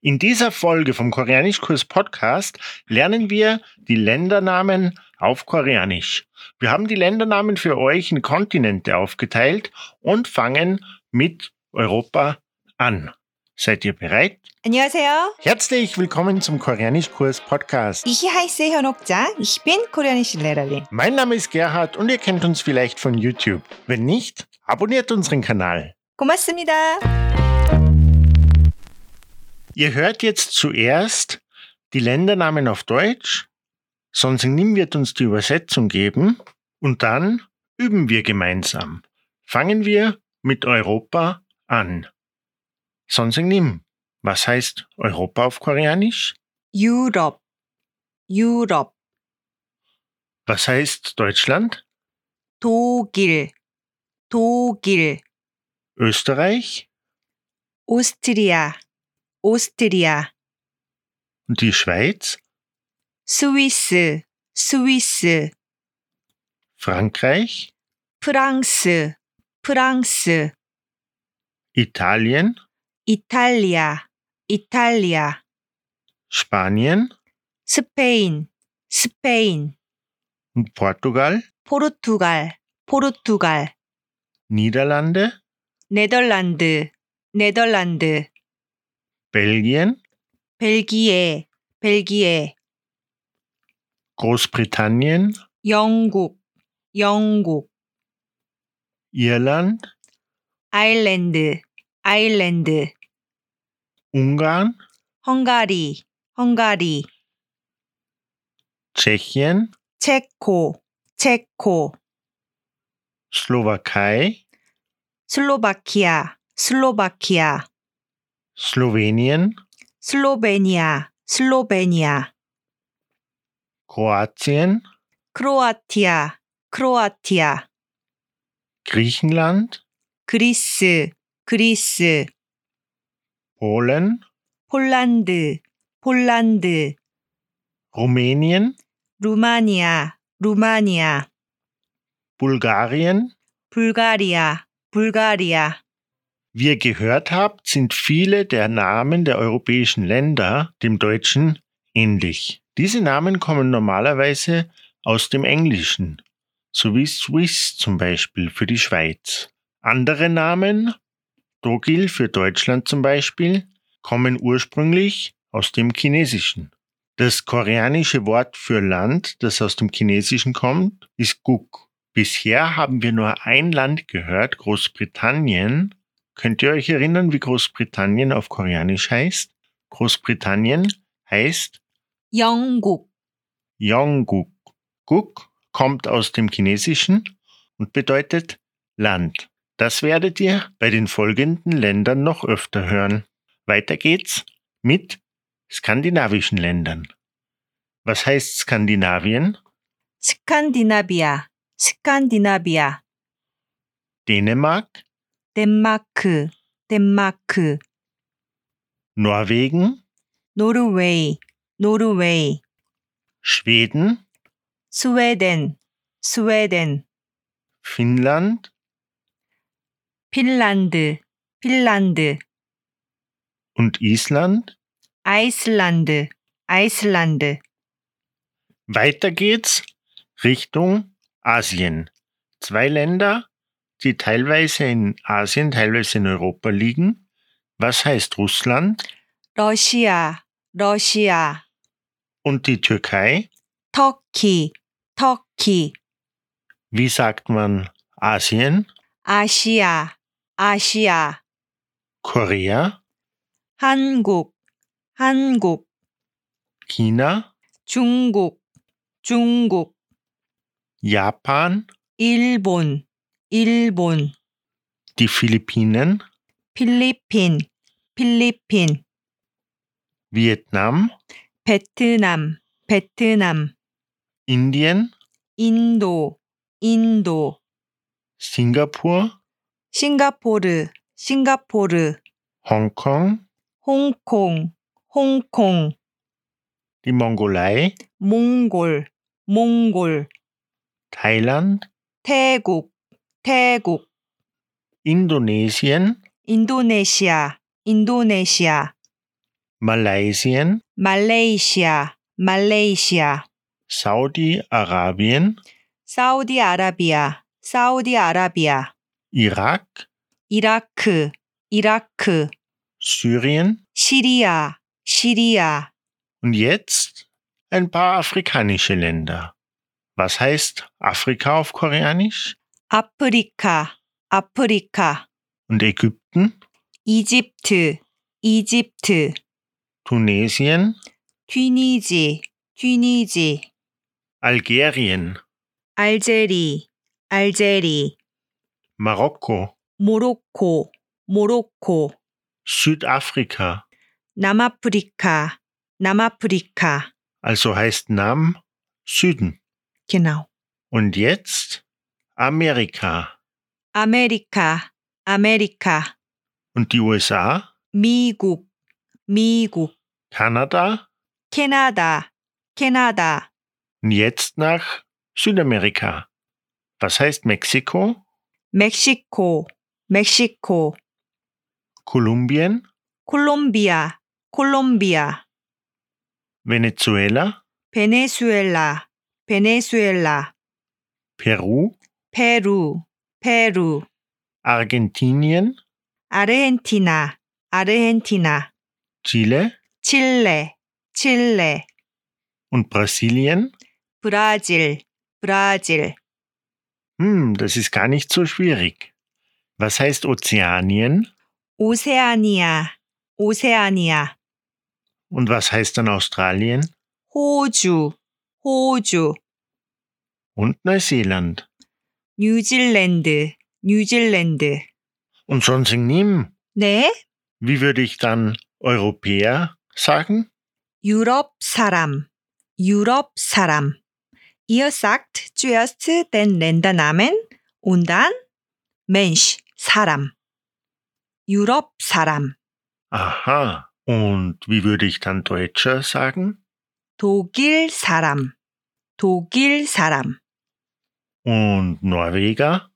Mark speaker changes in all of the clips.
Speaker 1: In dieser Folge vom Koreanischkurs Podcast lernen wir die Ländernamen auf Koreanisch. Wir haben die Ländernamen für euch in Kontinente aufgeteilt und fangen mit Europa an. Seid ihr bereit?
Speaker 2: 안녕하세요.
Speaker 1: Herzlich willkommen zum Koreanischkurs Podcast.
Speaker 2: Ich heiße Hyunokja. Ich bin koreanische Lehrerin.
Speaker 1: Mein Name ist Gerhard und ihr kennt uns vielleicht von YouTube. Wenn nicht, abonniert unseren Kanal.
Speaker 2: 고맙습니다.
Speaker 1: Ihr hört jetzt zuerst die Ländernamen auf Deutsch, sonst Nim wird uns die Übersetzung geben und dann üben wir gemeinsam. Fangen wir mit Europa an. Sonst Nim, was heißt Europa auf Koreanisch?
Speaker 2: 유럽, 유럽,
Speaker 1: Was heißt Deutschland?
Speaker 2: 독일, 독일,
Speaker 1: Österreich
Speaker 2: 오스트리아, 오스트리아,
Speaker 1: und die Schweiz?
Speaker 2: 스위스, 스위스,
Speaker 1: Frankreich?
Speaker 2: 프랑스, 프랑스,
Speaker 1: Italien?
Speaker 2: 이탈리아, 이탈리아,
Speaker 1: Spanien?
Speaker 2: 스페인, 스페인,
Speaker 1: Und Portugal?
Speaker 2: 포르투갈, 포르투갈,
Speaker 1: Niederlande?
Speaker 2: 네덜란드, 네덜란드,
Speaker 1: Belgien?
Speaker 2: 벨기에, 벨기에,
Speaker 1: Großbritannien?
Speaker 2: 영국, 영국,
Speaker 1: Irland?
Speaker 2: 아일랜드, 아일랜드,
Speaker 1: Ungarn?
Speaker 2: 헝가리, 헝가리,
Speaker 1: Tschechien,
Speaker 2: 체코, 체코,
Speaker 1: Slowakei,
Speaker 2: 슬로바키아, 슬로바키아,
Speaker 1: Slowenien,
Speaker 2: 슬로베니아, 슬로베니아,
Speaker 1: Kroatien,
Speaker 2: 크로아티아, 크로아티아,
Speaker 1: Griechenland,
Speaker 2: 그리스, 그리스,
Speaker 1: Polen,
Speaker 2: 폴란드, 폴란드,
Speaker 1: Rumänien,
Speaker 2: 루마니아, 루마니아,
Speaker 1: Bulgarien.
Speaker 2: 불가리아, 불가리아,
Speaker 1: Wie ihr gehört habt, sind viele der Namen der europäischen Länder dem Deutschen ähnlich. Diese Namen kommen normalerweise aus dem Englischen, so wie Swiss zum Beispiel für die Schweiz. Andere Namen, Dogil für Deutschland zum Beispiel, kommen ursprünglich aus dem Chinesischen. Das koreanische Wort für Land, das aus dem Chinesischen kommt, ist Guk. Bisher haben wir nur ein Land gehört, Großbritannien, Könnt ihr euch erinnern, wie Großbritannien auf Koreanisch heißt? Großbritannien heißt
Speaker 2: 영국,
Speaker 1: Yongguk. Guk kommt aus dem Chinesischen und bedeutet Land. Das werdet ihr bei den folgenden Ländern noch öfter hören. Weiter geht's mit skandinavischen Ländern. Was heißt Skandinavien?
Speaker 2: 스칸디나비아, 스칸디나비아,
Speaker 1: Dänemark,
Speaker 2: 덴마크, 덴마크,
Speaker 1: Norwegen,
Speaker 2: 노르웨이, 노르웨이,
Speaker 1: Schweden,
Speaker 2: 스웨덴, 스웨덴,
Speaker 1: Finnland,
Speaker 2: 핀란드, 핀란드,
Speaker 1: und Island.
Speaker 2: 아이슬란드, 아이슬란드,
Speaker 1: Weiter geht's Richtung Asien. Zwei Länder, die teilweise in Asien, teilweise in Europa liegen. Was heißt Russland
Speaker 2: 러시아, 러시아,
Speaker 1: und die Türkei?
Speaker 2: 터키, 터키,
Speaker 1: Wie sagt man Asien,
Speaker 2: 아시아, 아시아,
Speaker 1: Korea,
Speaker 2: 한국, 한국,
Speaker 1: China,
Speaker 2: 중국, 중국,
Speaker 1: Japan,
Speaker 2: 일본, 일본,
Speaker 1: die Philippinen,
Speaker 2: 필리핀, 필리핀,
Speaker 1: Vietnam,
Speaker 2: 베트남, 베트남,
Speaker 1: Indien,
Speaker 2: 인도, 인도,
Speaker 1: Singapur,
Speaker 2: 싱가포르, 싱가포르,
Speaker 1: Hongkong,
Speaker 2: 홍콩, 홍콩,
Speaker 1: die Mongolei,
Speaker 2: 몽골, 몽골,
Speaker 1: Thailand,
Speaker 2: 태국, 태국,
Speaker 1: Indonesien,
Speaker 2: 인도네시아, 인도네시아,
Speaker 1: Malaysien,
Speaker 2: 말레이시아, 말레이시아,
Speaker 1: Saudi-Arabien,
Speaker 2: 사우디아라비아, 사우디아라비아,
Speaker 1: Irak,
Speaker 2: 이라크, 이라크,
Speaker 1: Syrien
Speaker 2: 시리아, 시리아,
Speaker 1: und jetzt ein paar afrikanische Länder. Was heißt Afrika auf Koreanisch?
Speaker 2: 아프리카, 아프리카,
Speaker 1: Und Ägypten,
Speaker 2: 이집트, 이집트,
Speaker 1: Tunesien,
Speaker 2: 튀니지, 튀니지,
Speaker 1: Algerien,
Speaker 2: 알제리, 알제리,
Speaker 1: Marokko,
Speaker 2: 모로코, 모로코,
Speaker 1: Südafrika,
Speaker 2: 남아프리카, 남아프리카,
Speaker 1: also heißt Nam Süden.
Speaker 2: genau.
Speaker 1: Und jetzt Amerika
Speaker 2: 아메리카, 아메리카,
Speaker 1: und die USA,
Speaker 2: 미국, 미국,
Speaker 1: Kanada
Speaker 2: 캐나다, 캐나다,
Speaker 1: und jetzt nach Südamerika. Was heißt Mexiko,
Speaker 2: 멕시코, 멕시코,
Speaker 1: Kolumbien,
Speaker 2: 콜롬비아, 콜롬비아,
Speaker 1: Venezuela,
Speaker 2: 베네수엘라, 베네수엘라,
Speaker 1: Peru,
Speaker 2: 페루, 페루,
Speaker 1: Argentinien,
Speaker 2: 아르헨티나, 아르헨티나,
Speaker 1: Chile
Speaker 2: 칠레, 칠레,
Speaker 1: und Brasilien?
Speaker 2: 브라질, 브라질,
Speaker 1: Hm, das ist gar nicht so schwierig. Was heißt Ozeanien
Speaker 2: 오세아니아, 오세아니아,
Speaker 1: und was heißt dann Australien
Speaker 2: 호주, 호주,
Speaker 1: und Neuseeland?
Speaker 2: 뉴질랜드, 뉴질랜드.
Speaker 1: Und sonst nimm.
Speaker 2: 네,
Speaker 1: Wie würde ich dann Europäer sagen?
Speaker 2: 유럽 사람, 유럽 사람. Ihr sagt zuerst den Ländernamen und dann Mensch, 사람. 유럽 사람,
Speaker 1: Aha. Und wie würde ich dann Deutscher sagen?
Speaker 2: 독일 사람, 독일 사람,
Speaker 1: Und Norweger?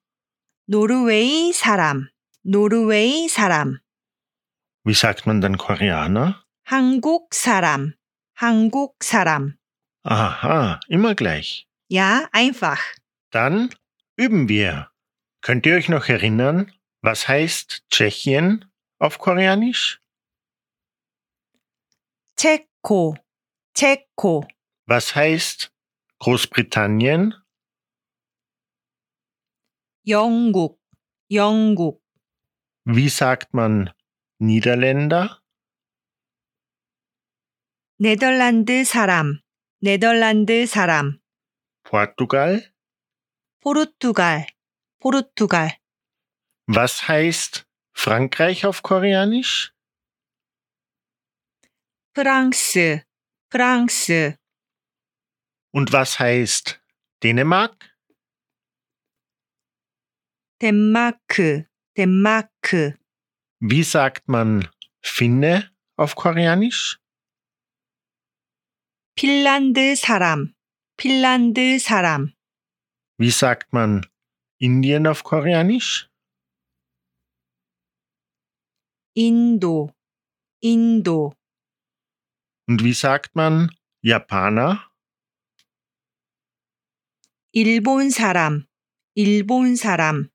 Speaker 2: 노르웨이 사람, 노르웨이 사람,
Speaker 1: Wie sagt man dann Koreaner?
Speaker 2: 한국 사람, 한국 사람.
Speaker 1: Aha, immer gleich.
Speaker 2: Ja, einfach.
Speaker 1: Dann üben wir. Könnt ihr euch noch erinnern, was heißt Tschechien auf Koreanisch?
Speaker 2: 체코, 체코,
Speaker 1: Was heißt Großbritannien?
Speaker 2: 영국, 영국.
Speaker 1: Wie sagt man Niederländer?
Speaker 2: 네덜란드 사람, 네덜란드 사람,
Speaker 1: Portugal?
Speaker 2: 포르투갈, 포르투갈,
Speaker 1: Was heißt Frankreich auf Koreanisch?
Speaker 2: 프랑스, 프랑스,
Speaker 1: Und was heißt Dänemark?
Speaker 2: 덴마크, 덴마크,
Speaker 1: Wie sagt man Finne auf Koreanisch?
Speaker 2: 핀란드 사람, 핀란드 사람,
Speaker 1: Wie sagt man Indien auf Koreanisch?
Speaker 2: 인도, 인도,
Speaker 1: Und wie sagt man Japaner?
Speaker 2: 일본 사람, 일본 사람,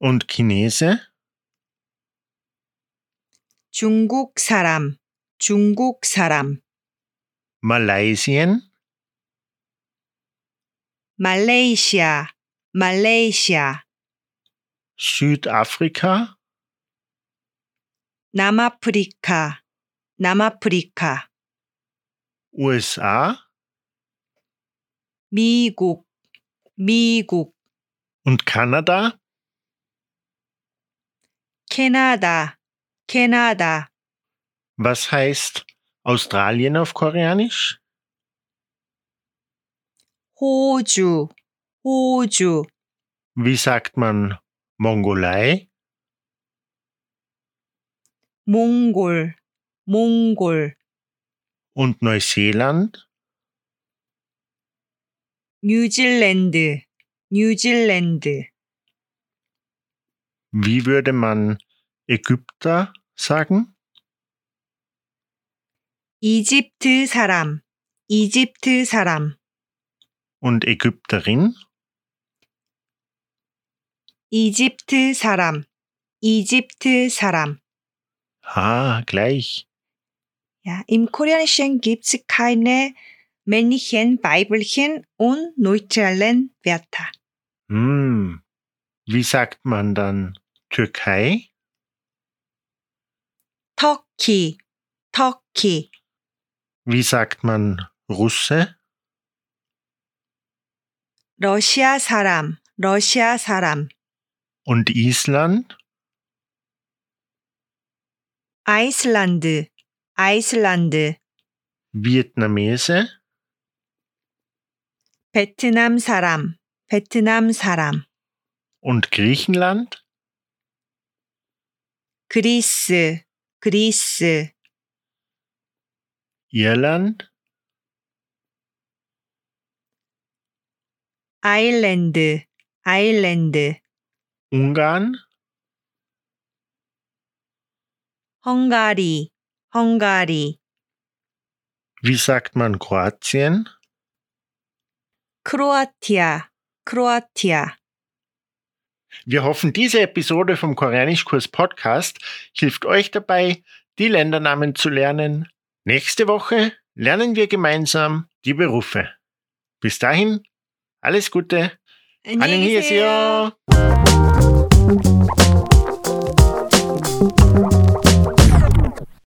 Speaker 1: Und Chinese?
Speaker 2: 중국 사람, 중국 사람,
Speaker 1: Malaysien?
Speaker 2: 말레이시아, 말레이시아,
Speaker 1: Südafrika?
Speaker 2: 남아프리카, 남아프리카.
Speaker 1: USA?
Speaker 2: 미국, 미국,
Speaker 1: Und Kanada?
Speaker 2: 캐나다, 캐나다,
Speaker 1: Was heißt Australien auf Koreanisch?
Speaker 2: 호주, 호주,
Speaker 1: Wie sagt man Mongolei?
Speaker 2: 몽골, 몽골,
Speaker 1: Und Neuseeland?
Speaker 2: 뉴질랜드, 뉴질랜드,
Speaker 1: Wie würde man Ägypter sagen?
Speaker 2: 이집트 사람, 이집트 사람,
Speaker 1: und Ägypterin,
Speaker 2: 이집트 사람, 이집트 사람.
Speaker 1: ah, gleich.
Speaker 2: Ja, im Koreanischen gibt es keine Männchen, Weibelchen und neutralen Wörter.
Speaker 1: Hm. Wie sagt man dann Türkei?
Speaker 2: 터키, 터키,
Speaker 1: Wie sagt man Russe?
Speaker 2: 러시아 사람, 러시아 사람,
Speaker 1: Und Island?
Speaker 2: 아이슬란드, 아이슬란드,
Speaker 1: Vietnamese?
Speaker 2: 베트남 사람, 베트남 사람,
Speaker 1: Und Griechenland?
Speaker 2: 그리스, 그리스,
Speaker 1: Irland?
Speaker 2: 아일랜드, 아일랜드,
Speaker 1: Ungarn?
Speaker 2: 헝가리, 헝가리,
Speaker 1: Wie sagt man Kroatien?
Speaker 2: 크로아티아, 크로아티아.
Speaker 1: Wir hoffen, diese Episode vom Koreanischkurs Podcast hilft euch dabei, die Ländernamen zu lernen. Nächste Woche lernen wir gemeinsam die Berufe. Bis dahin, alles Gute. 안녕히 계세요.